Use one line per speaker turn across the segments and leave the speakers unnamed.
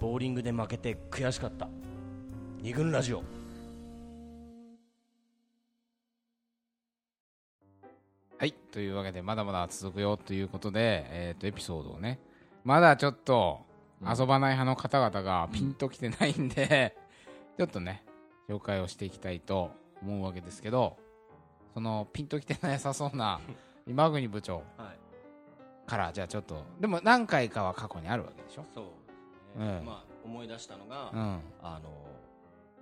ボーリングで負けて悔しかった二軍ラジオ
はいというわけでまだまだ続くよということで、えー、とエピソードをねまだちょっと遊ばない派の方々がピンときてないんで、 ちょっとね紹介をしていきたいと思うわけですけどそのピンときてなさそ うな今国部長
はい
からじゃあちょっとでも何回かは過去にあるわけでしょ、
そう
ですねうん
まあ思い出したのが、
うん
あの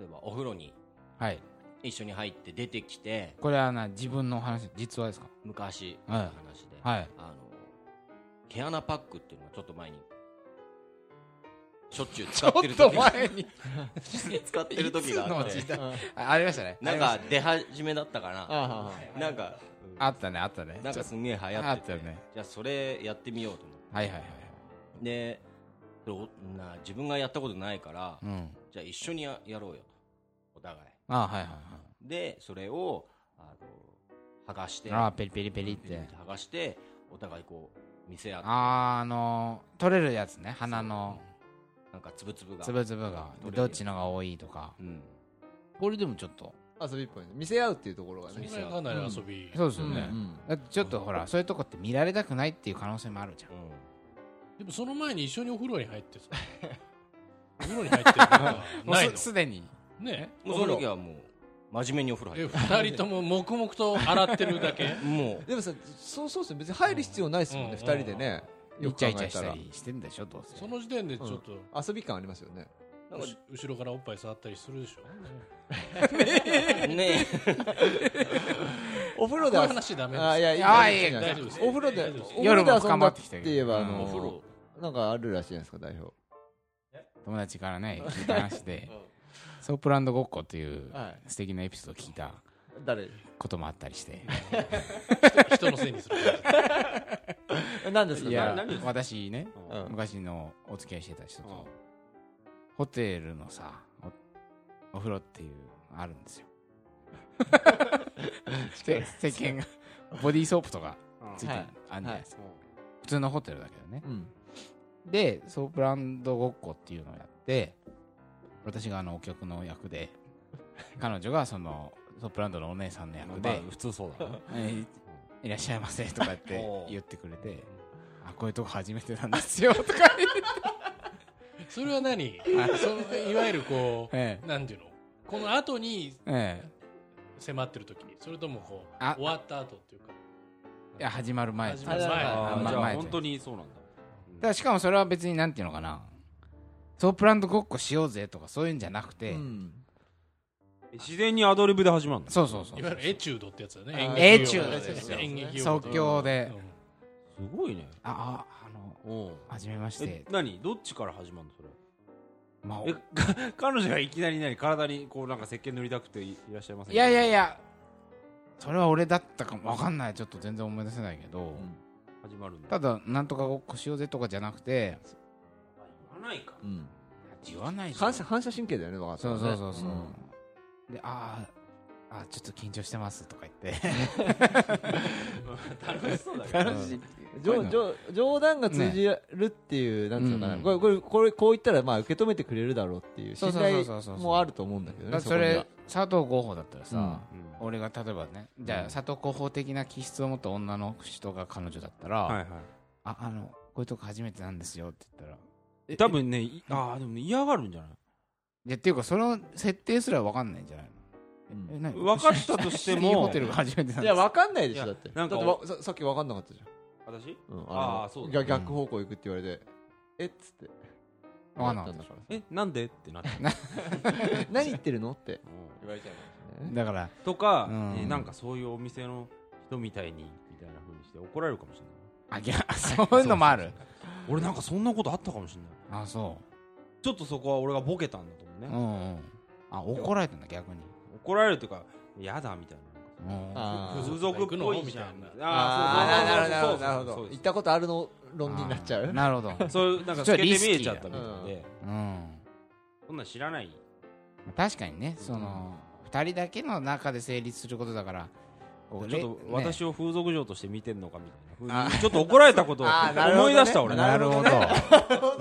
例えばお風呂に
はい、
一緒に入って出てきて
これはな自分の話実はですか
昔の
はい
話で、
はい
あの毛穴パックっていうのがちょっと前にしょっちゅう使ってる時が
に
使ってる時があっ
いつの時
て
代あありましたね
なん
あ
か
りまし
出始めだったか
あ
な
はは
なんか
たあったねあったね
なんかすんげえ流
あ
行っ
ってた
て
よね
じゃあそれやってみようと思っ
はいはいはい
てでそれおな自分がやったことないから
うん
じゃあ一緒にややろうよとお互い
あはいはいは
でそれをあの剥がして
いあペリペリペリっ
ペリ
て
ッて剥がしてお互いこう見せ合って
あーあのー取れるやつね鼻の
なんかつぶつぶが
つぶつぶが
取れる
どっちのが多いとか
うん
これでもちょっと
遊びっぽいね見せ合うっていうところがね
見
そ
せ
れ
合う
かなり遊び、
そうです
う
よ
んう
ね、
ん
だってちょっとほらそういうとこって見られたくないっていう可能性もあるじゃん
うん
でもその前に一緒にお風呂に入ってさお風呂に入ってることが
も
ないの
うすすでに
ね
もうその時はもう真面目にお風呂入
え
って
二人とも黙々と洗ってるだけ
るも
でもさそうそうですね別に入る必要ないですもんね
うん
二人でねよ
イ
く
チャ
考え
イチャしたた
ら
りしてんでしょどうせ
その時点でちょっと、
遊び感ありますよね
うなんか
うし後ろからおっぱい触ったりするでしょ、
ね
お風呂
こ
で
うい
遊
う話ダメ
あい
で
やい
あ
い
い
い
や
いいい
大丈夫です
お風呂で
大丈夫です
お風呂で
夜
遊
も深
ん
ま
だ
ってきた
っ
けど
て言えばあ
うん
お風
の
呂
なんかあるらしいじゃないですか代表
友達からね聞いた話でソープランドごっこという
はい
素敵なエピソードを聞いた
誰
こともあったりして
す人のせいにする
何ですか
い
誰
や
何ですか
私ね
うん
昔のお付き合いしてた人と、
うん
ホテルのさおお風呂っていうのあるんですよで石鹸がボディーソープとかついてる、
はい
あるんじゃないですか、
はい
普通のホテルだけどね
うん
でソープランドごっこっていうのをやって私があのお客の役で彼女がそのソープランドのお姉さんの役で、
普通そうだ
えーいらっしゃいませとかって
おう
言ってくれて、あ、こういうとこ初めてなんですよとか言って、
それは何そういわゆるこう、
え
なんていうのこの後に
えええ
迫ってる時にそれともこう
あ
終わった後っていうか
いや始まる前
始まる前
あま
じゃあ
前
本当にそうなんだ
だからしかもそれは別になんていうのかなソープランドごっこしようぜとかそういうんじゃなくて、
うん
自然にアドリブで始まるの
そうそうそう
いわゆるエチュードってやつだね
あー
演
エチュ
劇用
ード
語
です
よ
演劇用語
即興で、
うん
すごいね
あああの
うん
初めまし
え
て、
何どっちから始まるのそれ
まあお
えか彼女がいきなり何体にこうなんか石鹸塗りたくていいらっしゃいません
いやいやいやそれは俺だったかもわかんないちょっと全然思い出せないけど、
始まるんだ
ただなんとかごっこしようぜとかじゃなくて
言わないか
うん
言わないじゃん
反射反射神経だよね分かった
そうそうそうそう、
ん
であーあーちょっと緊張してますとか言 って
楽しそうだけど
楽しい
冗冗冗談が通じるっていう、なんていうのかな、
うん
これこれこれこう言ったらまあ受け止めてくれるだろうっていう
そうそうそ
信
う
頼
そうそう
もあると思うんだけど
だ
ね
からそれ佐藤候補だったらさ、
うん
うん
俺が例えばねじゃあ佐藤候補的な気質を持った女の人が彼女だったら、
はいは
ああのこういうとこ初めてなんですよって言ったら
い多分ねいああでもね嫌がるんじゃない
いやっていうかその設定すら分かんないんじゃない
うん
のえ何
分かったと して
シティホ
も
テルが初めてなん
い
で
や
す
分かんないでしょ
いや
だって
なんか
だってわささっき分かんなかったじ
私
ゃん、うん、
あーそうだ
逆逆方向行くって言われて、えっつって
分かんなかっ
だから
えなんでって なって
え何言ってるのって
言われちゃう
ただから
とか
うん
えなんかそういうお店の人みたいにみたいな風にして怒られるかもしれな
あいやそういうのもある
い俺なんかそんなことあったかもしれない
あそ
ちょっとそこは俺がボケたんだと思う
う
ね
うんうんあ怒られたんだ逆に
怒られるというか嫌だみたい
うん
あ
な
ー
風俗っぽいじゃん
行く
あーなるほ
そう
どなるほど
そうそうそう
行ったことあるの論理になっちゃう
なるほど
そういうなんか透けて見えちゃったみたい
それ
で
うん
そんなん知らない
確かにねその、二人だけの中で成立することだからここう
ちょっと
ね
私を風俗嬢として見てんのかみたいな
あ
風にちょっと怒られたことを
あーなるほど
思
ね
い出した俺
なるほど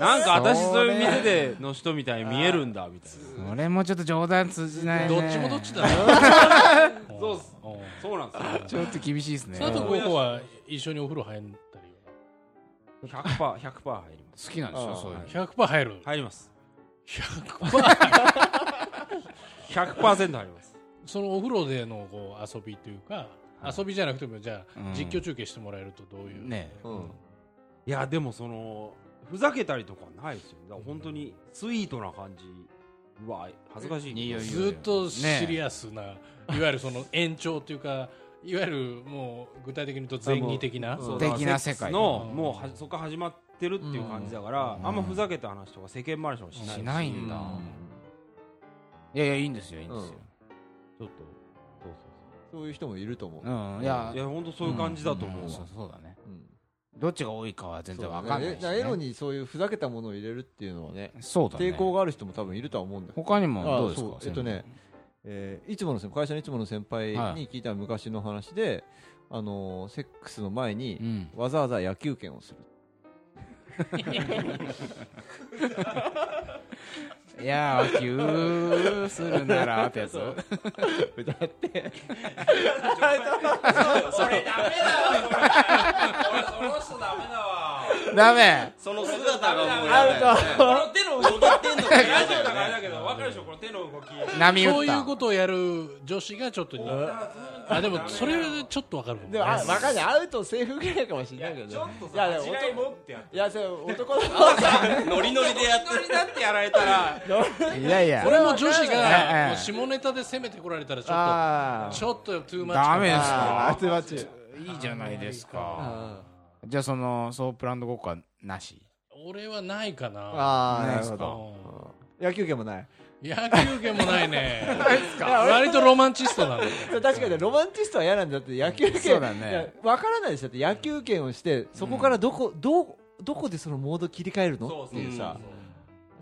なんか私
そうね
そういう店での人みたいに見えるんだみたいな
それもちょっと冗談通じないね
どっちもどっちだな
そうっす
んうん
そうなんです
ち
よ
ょっと厳しいですね
佐藤
好
候補は一緒にお風呂入ったり
100%100% 入ります
きなんでしょ
あー
そういうの
100%入る
入ります
100%
100%入ります
そのお風呂でのこう遊びというか
はい
遊びじゃなくてもじゃあ
うん
実況中継してもらえるとどういう
ね
うん
いやでもそのふざけたりとかないですよだから本当にスイートな感じうわ恥ずかしい
いいよいいよ
ずっとシリアスな、いわゆるその延長というか、いわゆるもう具体的に言うと前儀的な、
そう
素敵な世界
の
うん
もうはそこから始まってるっていう感じだから、
うん
あんまふざけた話とか世間話とかしない
しないんだいやいやいいんですよいいんですよ
ちょっとそう
そういう人もいると思う。
うんい
そ
や
ういや本当そういう感じだと思う
ん
わ、
そうそうだね
うん
どっちが多いかは全然わかんないし
そうだねえエロ
ね
にそういうふざけたものを入れるっていうのはね、
そうだね
抵抗がある人も多分いるとは思うんだけど。
他にもどうです
あ
か
そうえっとねえーいつもの先会社のいつもの先輩に聞いた昔の話で、あのーセックスの
う
前に
ん
わざわざ野球拳をする。
いやー野球するならってやつ
歌って。
それダメだわ俺その人ダメだわ
ダメ
その姿がもう
やだよね
この手の動きってんのラジオだからあれだけど分かるでしょこの手の動き
波打った
そういうことをやる女子がちょっと似あでもそれちょっとわかるかも
でも、あ、わかんない。アウトセーフぐらいかもしれないけどね。
ちょっと
いや、で
さ
も
違い
男、
持ってやって
いや、それ男の
ノリノリでやってノリだってやられたら
いやいや
これも女子
ええ
がもう下ネタで攻めてこられたらちょっ
あ
と
ー
ちょっとトゥーマッチ
ダメです
あー、
か
熱いマッチ。
いいじゃないですか
あ
じゃあそのソープランドごっこはなし
俺はないかな
あー、
ない
な
で
る
す
ほ
か
ど。野球拳もない。
うん野球拳もないね
いや
割とロマンチストなんだよ
そう確かにねロマンチストは嫌なんだって野球
そう
拳
だね
いやわからないですよだって野球拳をしてそこからどこ、どうどこでそのモード切り替えるの
そう
っ
そ
て
う
いうさ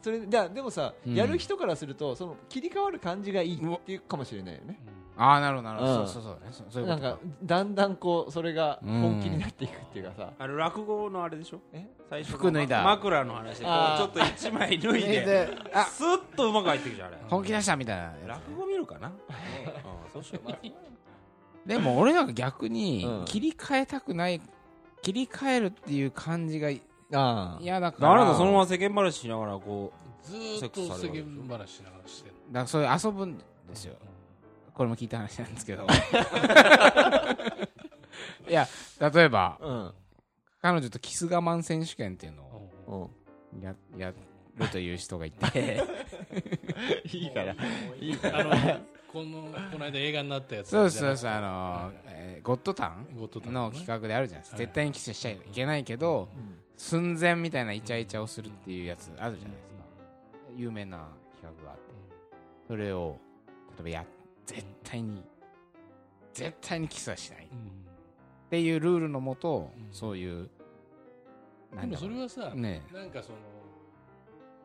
それででもさ、
うん
やる人からするとその切り替わる感じがいいっていうかもしれないよね
ああなるほどなるほ
う
ど
ん
そうそうそうだねそそういう
な
こ
ん
と
か
か
だんだんこうそれが本気になっていくっていうかさ、
あの落語のあれでしょ
え
最初の
服脱いだ
枕の話でこ
あ
う
ー
ちょっと一枚脱い で
であ
スッとうまく入ってくじゃんあれ
本気出したみたいなやつ
落語見るかなうんそうしようか
でも俺なんか逆に
うん
切り替えたくない切り替えるっていう感じが
あ
嫌だから
あなたそのまま世間話しながらこ
ずーっと世間話しながらしてる
だからそういう遊ぶんですよこれも聞いた話なんです けどいや例えば
うん
彼女とキス我慢選手権っていうのを
う
う
ん
ん、
ややるという人がい て
いいからいいから
あの、この、この間映画になったやつ。
そうですそうですあのー、えーゴッドタン
ゴッドタン
の企画であるじゃないですか、
はい
絶対にキスしちゃいけないけど、
ん
寸前みたいなイチャイチャをするっていうやつあるじゃないですか有名な企画があってそれを例えばや絶対に絶対にキスはしないっていうルールのもと、
うん
そういう
うんでもそれはさ、
ね
なんかその、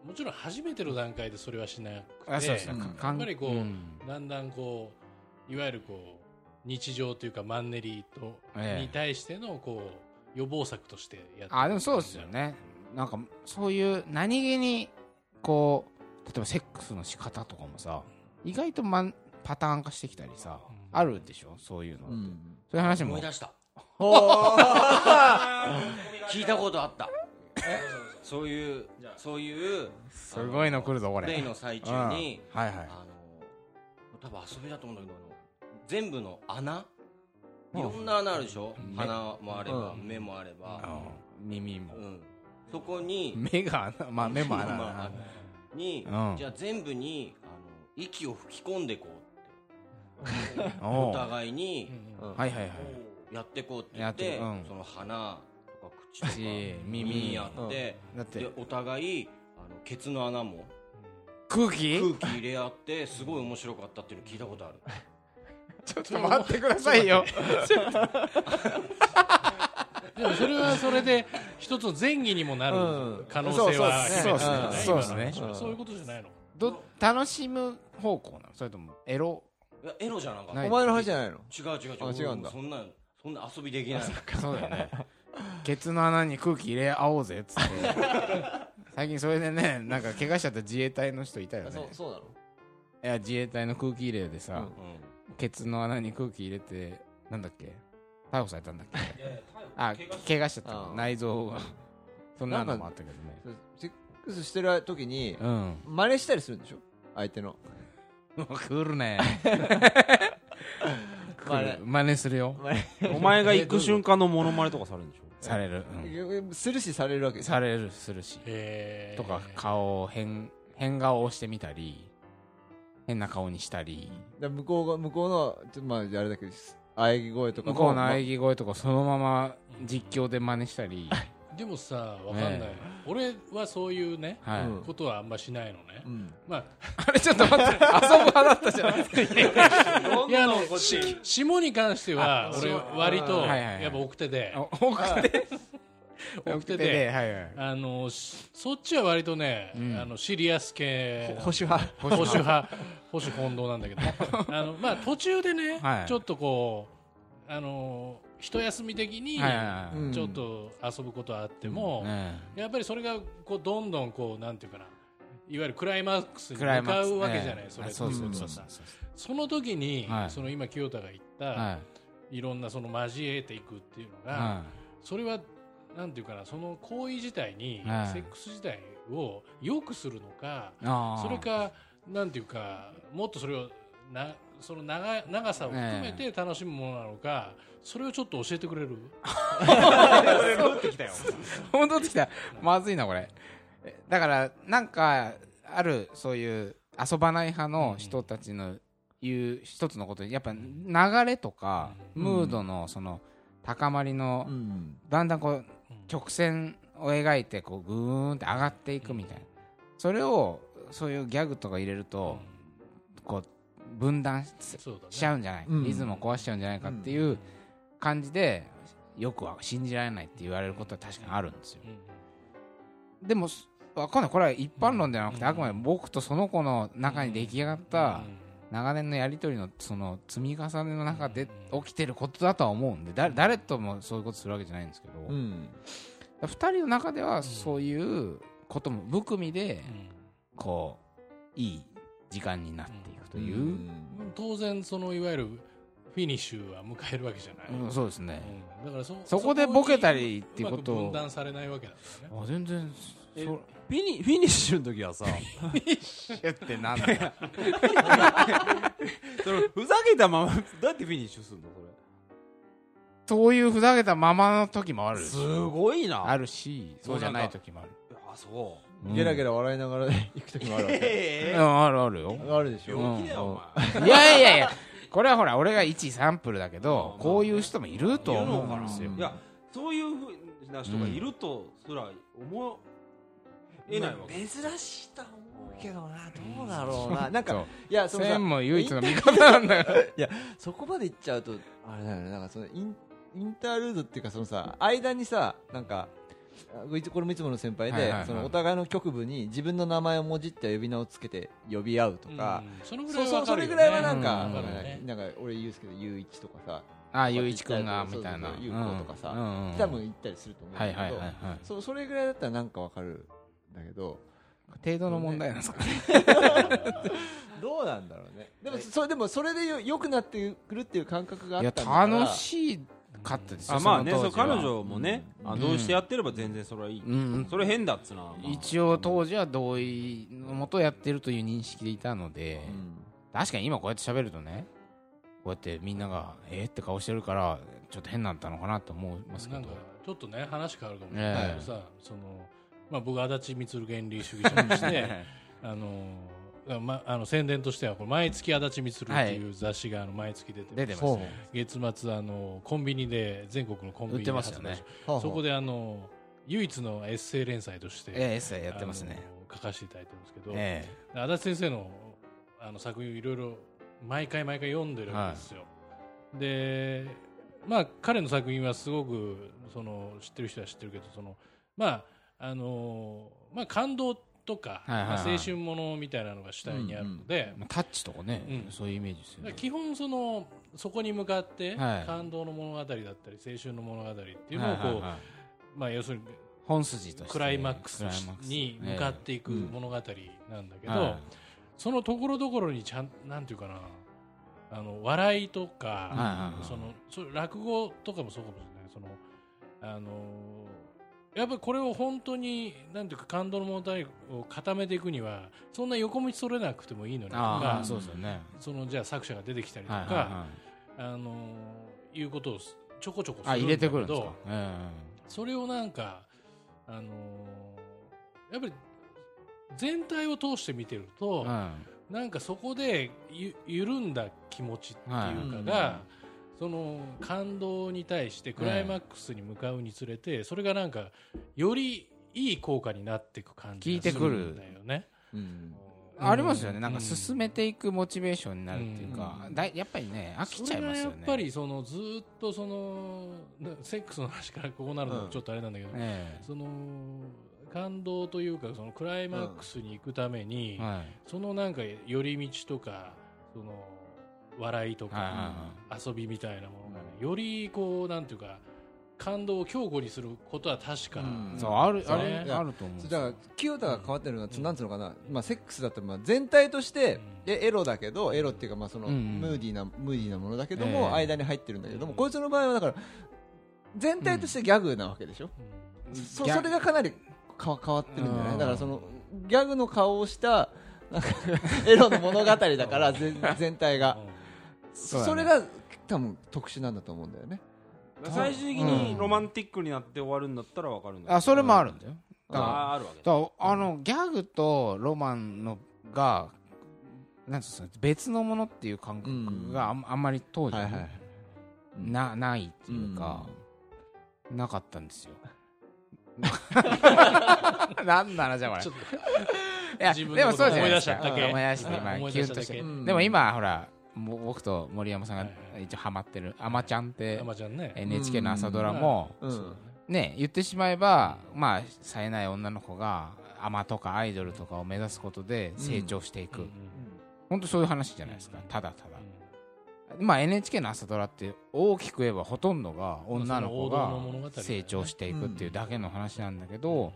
もちろん初めての段階でそれはしなくて、
あそうですね、
うん
か
やっぱりこう
うん
だんだんこう、いわゆるこう、日常というかマンネリと、
ええ
に対してのこう、予防策としてやって
あでもそうですよ。ねなんかそういう何気にこう例えばセックスの仕方とかもさ意外とまんパターン化してきたりさ、
うん
あるでしょそういうの、
う
そうい
ん
う話
う
も
思い出した
う
聞いたことあったそういうそういう
すごいの来るぞこれ
プレイの最中に
うんはいはい
あの多分遊びだと思うんだけどあの全部の穴いろんな穴あるでしょ
目
鼻もあれば
う
目もあれ
あ
ば
の耳も
うんそこに
目が穴まあ目も穴
ま
だ
あ
な
に
うん
じゃあ全部にあの息を吹き込んでこう
お
お
う
互いに
うん
はいはいはい
やってこうって言って
やってうん
その鼻とか口とか
口耳
耳にやって
だっ
で
て
お互いあのケツの穴も
空気
空気入れ合ってすごい面白かったっていうの聞いたことある
ちょっと待ってくださいよ
でもそれはそれで、一つの前儀にもなる
うん
可能性はあります
そう
よ
っすね
そうっすね
今の話は
うん
そういうことじゃないの
ど楽しむ方向なのそれともエロ
いやエロじゃなかった
な
お
い
前の話じゃない
違
の
う違う違う
あ違うん
も
だ
そんなそんな遊びできない
そうだよね。ケツの穴に空気入れ合おうぜっつって。最近それでね、なんか怪我しちゃった自衛隊の人いたよね。
そうそうなの
いや、自衛隊の空気入れでさ、
うん
ケツの穴に空気入れて、なんだっけ逮捕されたんだっけ
いやいや
あ、怪我しちゃった
あ
の。
ー
内臓が。そんなのもあったけどね。
そうセックスしてる時に
うん。
真似したりするんでしょ相手の
来るね。
まあ
来
ね
る。真似するよ。
お前が行く瞬間のモノマネとかされるんでしょ
される。
するしされるわけ
うん
でしょ
される、するし。
えー
とか、顔を変、変顔をしてみたり、変な顔にしたり。
だから向こうが向こうのちょっとまああれだけど喘ぎ声とか
向
も
こうの喘ぎ声とかそのまま実況で真似したり、
でもさわかんない、
ね
俺はそういうね
はい
うん
ことはあんましないのね、
うん
まあ
あれちょっと待って遊ぶ派だったじゃないですか
いやあのし霜に関しては俺割と
はいはいはい
やっぱ奥手で
奥手
奥手
で
で
はいはい
あのしそっちは割とね、
ん
あのシリアス系
保守派
保守派保守混同な んだけどあの、まあ、途中でね、
はい
ちょっとこうあの一休み的に
はいは
うん
ちょっと遊ぶことはあっても、
いはい
やっぱりそれがこうどんどんこうなんていうかないわゆるクライマックスに
クライ
向
マ
か
ックス
うわけじゃない、
ええ
それ
あそうそう
ってい
そうう
こと
そう
はさその時に、
はい
その今清田が言った、、
はい
ろんなその交えていくっていうの
い
が、
は
それはなんていうかなその行為自体に、
はい
セックス自体を良くするのか
いあー
それかなんていうかもっとそれをなその長い長さを含めて楽しむものなのか、それをちょっと教えてくれる
戻ってきたまずいなこれえだからなんかあるそういう遊ばない派の人たちの言う一つのことにやっぱ流れとか
う
ムードのその高まりの
うん
だんだんこう
うん
曲線を描いてこうグーンって上がっていくみたいなそれをそういうギャグとか入れる
うん
とこう分断し
そうだね
しちゃうんじゃない
うん
リズムを壊しちゃうんじゃないかっていう感じでよくは信じられないって言われることは確かにあるんですよ
うん
でもわかんないこれは一般論ではなくて
うん
あくまで僕とその子の中に出来上がった
うん
長年のやり取りのその積み重ねの中で
うん
起きてることだとは思うんでだ誰ともそういうことするわけじゃないんですけど、
うん
2人の中ではそういうことも含みでこういい時間になっていくという、
うん
うん当然そのいわゆるフィニッシュは迎えるわけじゃない、
うんそうですね、
うんだからそ
そこでボケたりっていうことを
うまく分断されないわけだからね
あ全然
え
そ
フィニフィニッシュの時はさ
れ ってなんだよ
そのふざけたままどうやってフィニッシュするのそれ
そういうふざけたままの時もあるし
すごいな
あ
る
るしそうじゃない時もある、
あそう
うん
ゲラゲラ笑いながら行く時もあるわけ
え
うんあるある よ
あるでしょ
病気だよお前
いやいやいやこれはほら俺が1サンプルだけ
まあま
ど
あ
こういう人もいると
いるの
思
か
うん
な
ですよ
うん
いやそういうふうな人がいるとすら思えないわけ、
珍しいと思うけどなどうだろうななん
そ
か
う
いやそのさ
千も唯一の味方なんだから
そこまで行っちゃうとあれだよねなんかそのインインタールードっていうかそのさ間にさなんかあこいつこれもいつもの先輩で、
はいはいはい
そのお互いの局部に自分の名前をもじった呼び名をつけて呼び合うとか、
うんそのぐら
そ
い
そ
うは
う
わか
そ
る
れ
よね
ぐらいはなんか、
うん
わるよね
なんか俺言うっすけどゆういちとかさ、
あゆういちくんがみたいな
そうそうそうゆうこ
ん
とかさ
うんうん
多分行ったりすると思うん
は
だけ
い
ど、
はいはいはい
そうそれぐらいだったらなんかわかるんだけど
程度の問題なんですかね
どうなんだろうねでもそれでもそれでよ良くなってくるっていう感覚があ
い
った
や
んだから
楽しかったですよ
あまあね
そ
そ
の
う
当時は
彼女もね、
うん
あどうしてやってれば全然それはいい、
うん
それ変だっつうな、まあ
一応当時は同意のもとやってるという認識でいたので
うん
確かに今こうやって喋るとねこうやってみんながえーって顔してるからちょっと変だったのかなと思いますけ
な
ど
んかちょっとね話変わるかもしれないけどさ、そのまあ、僕足立満原理主義者として あのあま、あの宣伝としてはこれ毎月足立満っていう雑誌があの毎月出て
出てますね
月末あのコンビニで全国のコンビ
売っ
ニ
て
で
ますよね
発売しそこであの唯一のエッセイ連載として、
ええエッセイやってますね
あの書かせていただいてるんですけど、
え
足立先生のあの作品をいろいろ毎回毎回読んでるわけですよ、でまあ彼の作品はすごくその知ってる人は知ってるけどそのまああのまあ感動とか、
はいはいはい
まあ青春ものみたいなのが主体にあるので、
まあタッチとかね、
うん
そういうイメージですよ
だか
ね。
ら基本そのそこに向かって
はい
感動の物語だったり青春の物語っていう
は
のを
い
こ、
はいうはい
まあ、要するに
本筋として
クライマックス
クライマックス
に向かっ
え
ていく
うん
物語なんだけ
え
ど、
は
そのところどころにちゃんなんていうかなあの笑いと
いはい
か、
はい
そのそれ落語とかもそうかもしれないそのあのやっぱりこれを本当になんていうか感動の物語を固めていくにはそんな横道それなくてもいいのにと
あ
か
あそうですよね。
そのじゃあ作者が出てきたりと
はい
か、
はいはい
あのいうことをすちょこちょこす
あ
るんだけど
入れてくるんですか。え
それをなんか、あのーやっぱり全体を通して見てる
え
と、
うん
なんかそこでゆ緩んだ気持ちっていうかが、
は
その感動に対してクライマックスに向かうにつれて、それがなんかよりいい効果になっていく感じがするんだよね。
うん
ありますよね。
うん
なんか進めていくモチベーションになるっていうか
う、ん
だいやっぱりね飽きちゃいますよね。
それがやっぱりそのずーっとそのなセックスの話からここなるのもちょっとあれなんだけど、
え
その感動というかそのクライマックスに行くために、
えはい
そのなんか寄り道とかその笑いと
はいはい
か
は
遊びみたいなものがね、よりこうなんていうか感動を強固にすることは確か、
うん
い。そうある
そ
あ
うね
れあると思うんです
だ
よ。
から清田が変わってるのは、
うん
なんつうのかな、まあ、セックスだったらまあ全体として、
うん
えエロだけどエロっていうかまあその
うんうん
ムーディーな、ムーディーなものだけど
え
も、
え
間に入ってるんだけども、
うん
こいつの場合はだから全体としてギャグなわけでしょ、
うん
そ
ギャ
それがかなりか変わってるんじゃな
う
い
ん
だからそのギャグの顔をしたなんか エロの物語だから全全体が
そう
そ,、
だね
れが多分特殊なんだと思うんだよね
最終的
う
に
ん
ロマンティックになって終わるんだったらわかるんだけど
あそれもあるんだよ。だから
ああるわけ
だからあのギャグとロマンのがなんつうんですか別のものっていう感覚があん,、あんまり当時、
はいはい
なないっていうか、なかったんですよ。なんならじゃあこ
ち
れ
ょっ
いや
自分のこと
でもそうじゃないですか
思い出しちゃったけ
うん思い出して
うん
今
思い
キ
出
ュ
し
ン
た
と
だ
し
け
て、
うん
でも今ほらも僕と森山さん
は
が
いはい
一応ハマってる「あまちゃん」って
あまあちゃんね、
NHK の朝ドラも、
うんうん
ね言ってしまえばまあ冴えない女の子がアマとかアイドルとかを目指すことで成長していく、
うんうん
本当そういう話じゃないですか、ただただ、まあ、NHK の朝ドラって大きく言えばほとんどが女の子
まあその王道の物語
が
だよね
成長していくっていうだけの話なんだけど、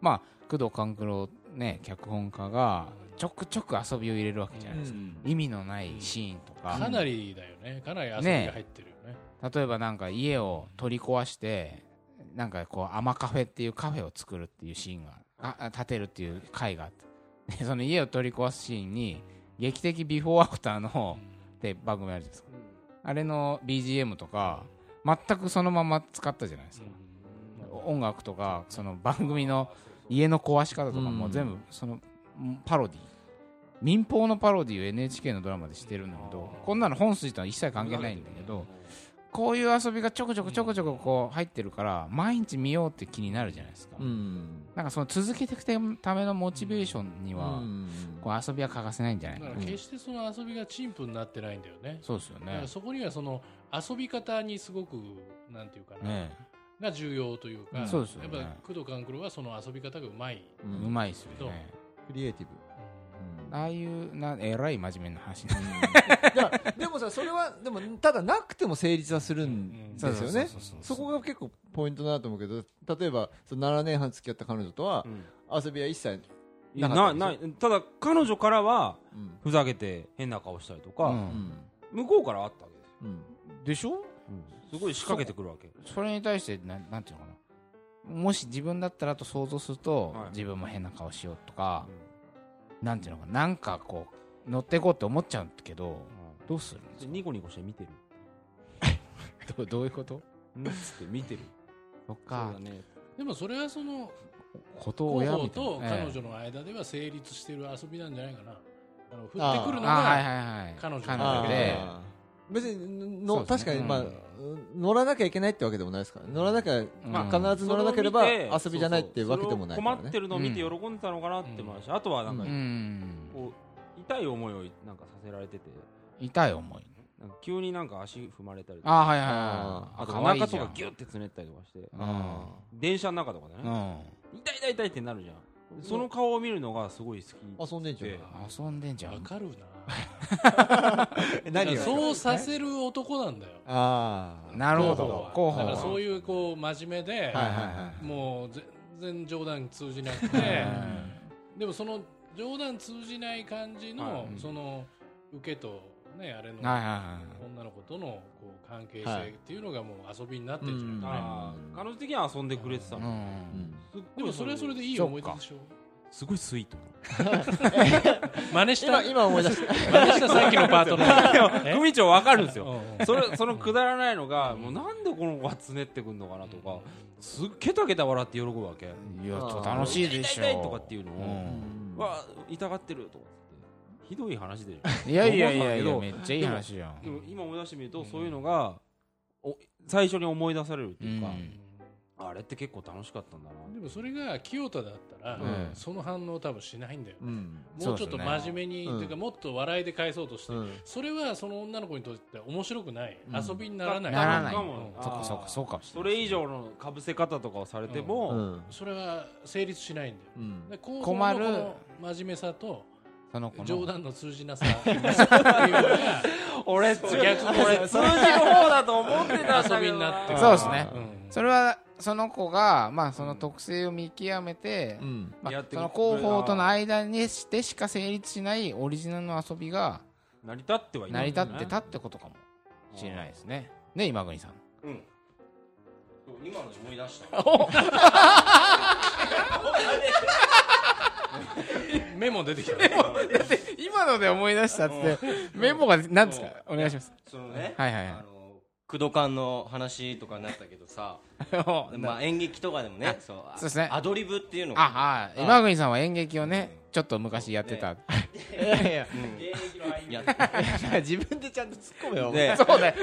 まあ、工藤官九郎、ね、脚本家がちょくちょく遊びを入れるわけじゃないですか、意味のないシーンとか、
かなりだよねかなり遊びが入ってるよね
例えばなんか家を取り壊してなんかこう甘カフェっていうカフェを作るっていうシーンがああ建てるっていう回があって でその家を取り壊すシーンに劇的ビフォーアフターので番組あるじゃないですか、あれの BGM とか全くそのまま使ったじゃないですか、音楽とかその番組の家の壊し方とかも
うん
全部そのんパロディ民放のパロディを NHK のドラマでしてるんだけどこんなの本筋とは一切関係ないんだけどこういう遊びがちょこちょこちょこちょここう入ってるから毎日見ようって気になるじゃないですか、
うん
なんかその続けていくためのモチベーションにはこう遊びは欠かせないんじゃな
だ
いか
か
な、
ら決してその遊びが陳腐になってないんだよね、
そうですよ
だか
ね
らそこにはその遊び方にすごくなんていうかな、
ね
が重要というか、
そうですよ
やっ
ね
ぱ工藤官九郎はその遊び方がうまい、
う
うんまいですよね
クリエイティブ
ああいうなえらい真面目な話になる
いやでもさそれはでもただなくても成立はするんですよね
そうそうそ
そう
そう
こが結構ポイントだなと思うけど例えばその7年半付き合った彼女とは
うん
遊びは一切
いや
なかった
なん
です
ないただ彼女からは
うん
ふざけて変な顔したりと
う
か
ん
向こうからあったわけですよ
うん
でしょ
すごい仕掛けてくるわけ
それに対してななんていうのかなもし自分だったらと想像すると、
はい
自分も変な顔しようとか、なんていうのかななんかこう乗っていこうって思っちゃうけどどうするんです
で
か
ニコニコして見てる
どどういうこと
うんつって見てる
そっ
そう
か
だね
でもそれはその
こと
広
親
報
みたいな
と
ええ
彼女の間では成立している遊びなんじゃないかな、あ
あー
の振ってくるの
あはい
が
はいはい
彼女
彼
な
女
んだ
で
あー別に
そ
の
うで
確
す
か
ね
にまあ乗らなきゃいけないってわけでもないですから乗らなきゃ
まあ
必ず乗らなければ
それを見て
遊びじゃないっていうわけでもない
そ
か
れを
ら
困って
ね
るのを見て喜んでたのかなって思いましたあとはなんか
う
うん
こう痛い思いをなんかさせられてて
痛い思い
なんか急になんか足踏まれたりとか
あはいはいはい
あ
あと
可
お
愛
腹
い
と
じゃん
かギュッてつねったりとかして
うん
電車の中とかで
う
ね
ん
痛い痛い痛いってなるじゃんその顔を見るのがすごい好き
遊んでんじゃん
え
遊んでんじゃ
わ
ん。
かるな
え
だか
何
ら
が
そうさせる男なんだよ
ああ
なるほど。候補
だか
は
らそういうこう真面目
はい
で、
はいはい
もう全然冗談通じ なくてでもその冗談通じない感じの、
はい
その受けとねあれの
はいはいはい。
女の子とのこう関係
はい
性っていうのがもう遊びになってるじゃ
う
ない、
ん
あー彼女的には遊んでくれてた
う。
もん
うんん
すっごい
でもそれはそれでいい思い出でしょ
すごいスイートな
真似した
今今思い出した
真似したさっきのパート
でも
のえ
組長わかるんです
うん
よ
うん
それそのくだらないのがもうなんでこの子がつねってくんのかなとかすっげたけた笑って喜ぶわけ
いや、ちょっと楽しいでし
痛い痛
ょ。
いとかっていうのを
うん
わ痛がってるとかってひどい話でしょ
うんいやいやいやい
思
や、め
うんだけ
っちゃいい話じゃん。
でも今思い出してみるとそういうのがお最初に思い出されるっていうか
うん
あれって結構楽しかったんだな
でもそれが清田だったら、
うん
その反応多分しないんだよ
うん
もうちょっと真面目に、
そうですね
というかもっと笑いで返そうとして、
うん
それはその女の子にとっては面白くない、
うん
遊びにならない
ならない
かも
そっかそっか、そうかもしれ
そ
ない。
れ以上のかぶせ方とかをされても、
うん
それは成立しないんだよ
うん
で高校
困
の
る
この真面目さと
その子の
冗談の通じなさっていうのが
俺
う逆に
俺数字の方だと思ってたんだけど
遊びになって
そうですね
うん
それはその子が、まあ、その特性を見極めて、
うん
ま
や
あ
っ、
そ
てくれ
の広報との間にしてしか成立しないオリジナルの遊びが
成り立ってはい
成り
ない
立ってたってことかもしれないですね。ね今国さん。
今の思い出した
メモ出てきたね
今ので思い出したっつってメモが何ですかお願いします。
そのね、
はいはいは
あ
い
の工藤館の話とかになったけど さ、まあ演劇とかでもね、そう
そうですね
アドリブっていうのが
あはい今国さんは演劇をねちょっと昔やってた。
いやいや
やっ
自分でちゃんと突っ込めよ
て
そうだよ。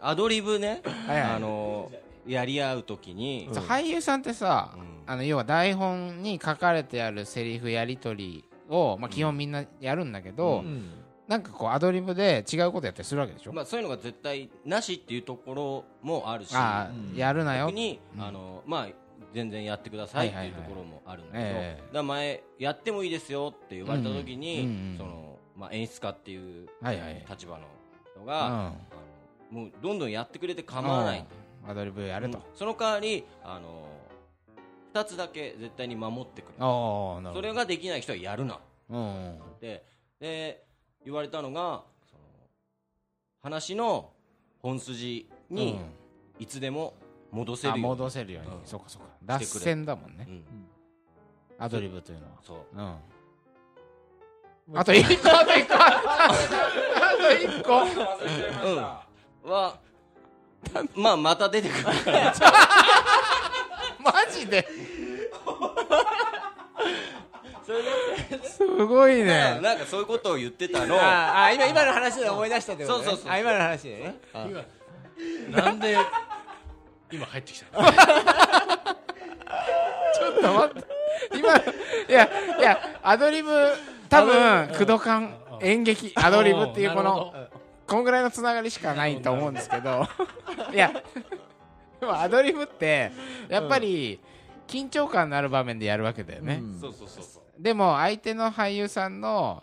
アドリブね、
はいはい
あのやり合うときに、
そう俳優さんってさ、
うん
あの要は台本に書かれてあるセリフやり取りを、まあ、基本みんなやるんだけど、
うん
なんかこうアドリブで違うことやったりするわけでしょ、
まあそういうのが絶対なしっていうところもあるし、
ああ、
うん
やるなよ
逆に、あのまあ全然やってくださいって
はい
いう
はい
と
は
ころ
い
もあるんだけど、
ええ
だから前やってもいいですよって言われた時に、
うんうんうん
そのまあ演出家っていう
はいはい
立場の人
うん、
が、
ア
あのもうどんどんやってくれて構わない。
ドリブやれと
うん、その代わりあの二つだけ絶対に守ってくれる。
ああなるほど
それができない人はやるなっ
うん
てで言われたのがその話の本筋に
うん
いつでも戻せ
あ
るように
戻せるように、
うん
そうかそうか
れ
脱線だもんね
うん
アドリブというのは
そう
うんあと一個あと一個あと一個
は、まあ、また出てくる。
マジですごいね
なんかそういうことを言ってたの。
ああ今今の話で思い出したってことね
そうそうそう
あ今の話でね
なんで今入ってきた
ちょっと待って今いやいやアドリブ多分工藤館演劇アドリブっていうこ
なるほ
の
ど
こんぐらいのつながりしかないと思うんですけど いやでもアドリブってやっぱり緊張感のある場面でやるわけだよね、
うん
そうそうそうそう。
でも相手の俳優さんの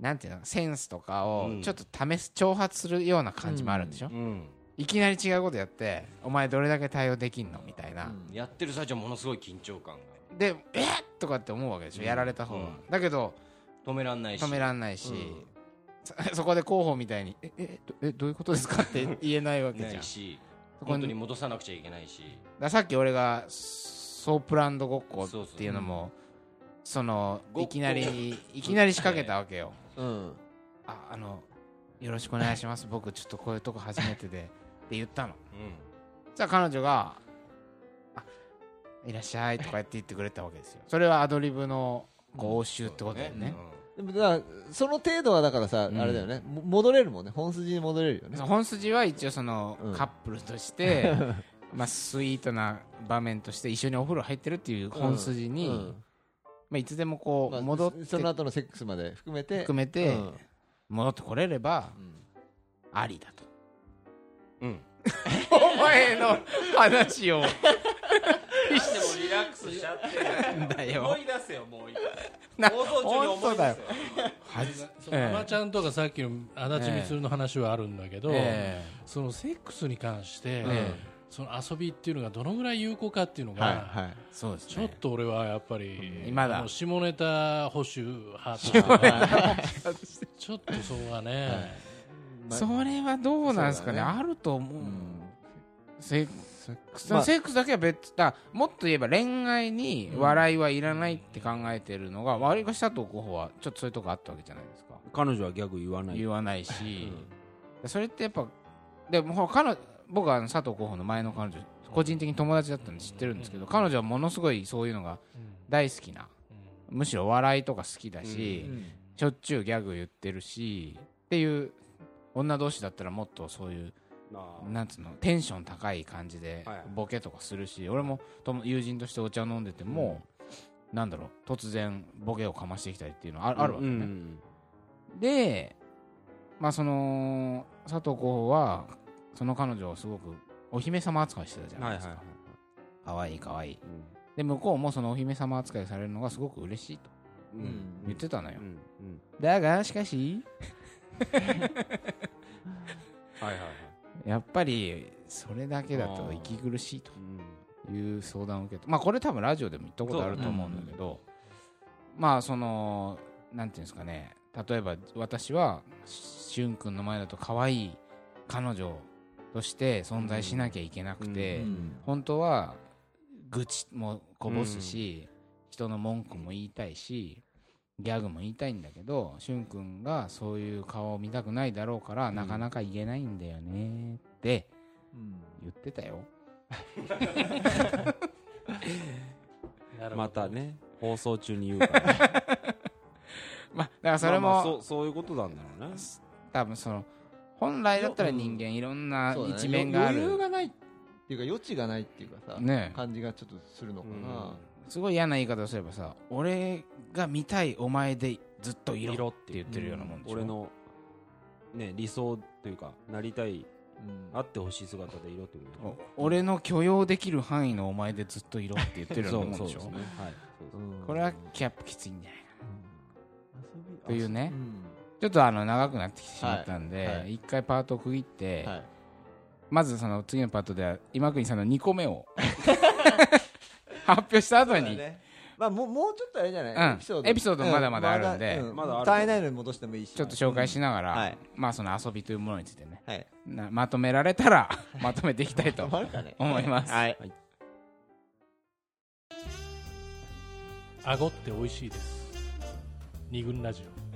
なんていうのセンスとかを
うん
ちょっと試す挑発するような感じもあるんでしょ、
うん。
いきなり違うことやってお前どれだけ対応できんのみたいな、
やってる最中はものすごい緊張感が。
でえっとかって思うわけでしょ、やられた方は、
うん
だけど
止めらんないし。
止めらんないし、
うん
そ そこで広報みたいに「ええどえどういうことですか?」って言えないわけじゃん
ないし。
そこ
本当
に
に戻さなくちゃいけないし。
だからさっき俺がソープランドごっこっていうのもその
ごっこ
いきなりいきなり仕掛けたわ けよ
うん
ああのよろしくお願いします 僕ちょっとこういうとこ初めてでって言ったのじゃあ彼女が「あいらっしゃい」とか言って言ってくれたわけですよそれはアドリブのこう応酬ってことだよね
でもだからその程度はだからさ、
うん
あれだよねも戻れるもんね本筋に戻れるよね
そう本筋は一応その
うん
カップルと して、まあスイートな場面として一緒にお風呂入ってるっていう本筋に、
うん
まあ、いつでもこ
まあ
う戻っ
そその
て
後のセックスまで含めて
含めて
うん
戻ってこれれば
うん
ありだと、
うん。
お前の話を
なんでもリラックスしちゃって
なんだ
思
よ
い出せよもう一
な
回放送中に思い出せよ
その
ええ
ママちゃんとかさっきの足立光の話はあるんだけど、
え
そのセックスに関して、
え
その遊びっていうのがどのぐらい有効かっていうのが、
はいはい
そうですね
ちょっと俺はやっぱり、
うんまだ
もう下ネタ保守派とか、ちょっとそこがね、
まあ
それはどうなんですかね
そうだね
あると思う、セッ
セック
ク
ス
スセックスだけは別だもっと言えば恋愛に笑いはいらないって考えてるのが、わりかし佐藤候補はちょっとそういうとこあったわけじゃないですか
彼女はギャグ言わない
言わないし、それってやっぱでもほら彼女僕はあの佐藤候補の前の彼女個人的に友達だったんで知ってるんですけど、彼女はものすごいそういうのが大好きな、むしろ笑いとか好きだし、しょっちゅうギャグ言ってるしっていう女同士だったらもっとそういう
あ
なんつうのテンション高い感じで
はい
ボケとかするし、俺も友友人としてお茶を飲んでても、なんだろう突然ボケをかましてきたりっていうのはああるわけね、
うん
で、まあ、その佐藤候補はその彼女をすごくお姫様扱いしてたじゃない
はいは
で
い
すか、
はい
かわいいかわいいで向こうもそのお姫様扱いされるのがすごく嬉しいと
うん
うん
言ってたのよ、
うんうん
だがしかし
はいはいはい
やっぱりそれだけだと息苦しいという相談を受けてまあこれ多分ラジオでも言ったことあると思うんだけど、まあそのなんていうんですかね例えば私はしゅんくんの前だと可愛い彼女として存在しなきゃいけなくて、
うん
本当は愚痴もこぼすし、人の文句も言いたいしギャグも言いたいんだけどしゅんくんがそういう顔を見たくないだろうから、なかなか言えないんだよねって言ってたよ
なるほど
またね放送中に言うから
まあだから それ
まあまあ
も
うそういうことなんだろうね
多分その本来だったら人間いろんな
そうだね
一面があ
余裕
る
がないっていうか余地がないっていうかさ
ね
感じがちょっとするのかな
すごい嫌な言い方をすればさ俺が見たいお前でずっといろって言ってるようなもんでしょ
俺のね理想というかなりたい
うん
あってほしい姿でいろってこ
お俺の許容できる範囲のお前でずっといろって言って
と
るよ
そうう
なもん
そう
で
で
し
す
ょ
ねはいそうそう
うん
これはキャップきついんじゃないか
遊び
というね
ん
ちょっとあの長くなってきてしまったん
はい
で
はい
一回パートを区切って
はい
まずその次のパートでは今国さんの2個目 を 発表した後
そう
に
だねまあもうもうちょっとあれじゃ
う
なんいエピソード
エピソードまだまだあるんで
う
まだある
足りないのに戻してもいいし
ちょっと紹介しながら、
うん はい
まあその遊びというものについてね
はい
なまとめられたら まとめていきたいと
困るかね
思います、
はい
顎って美味しいです二軍ラジオ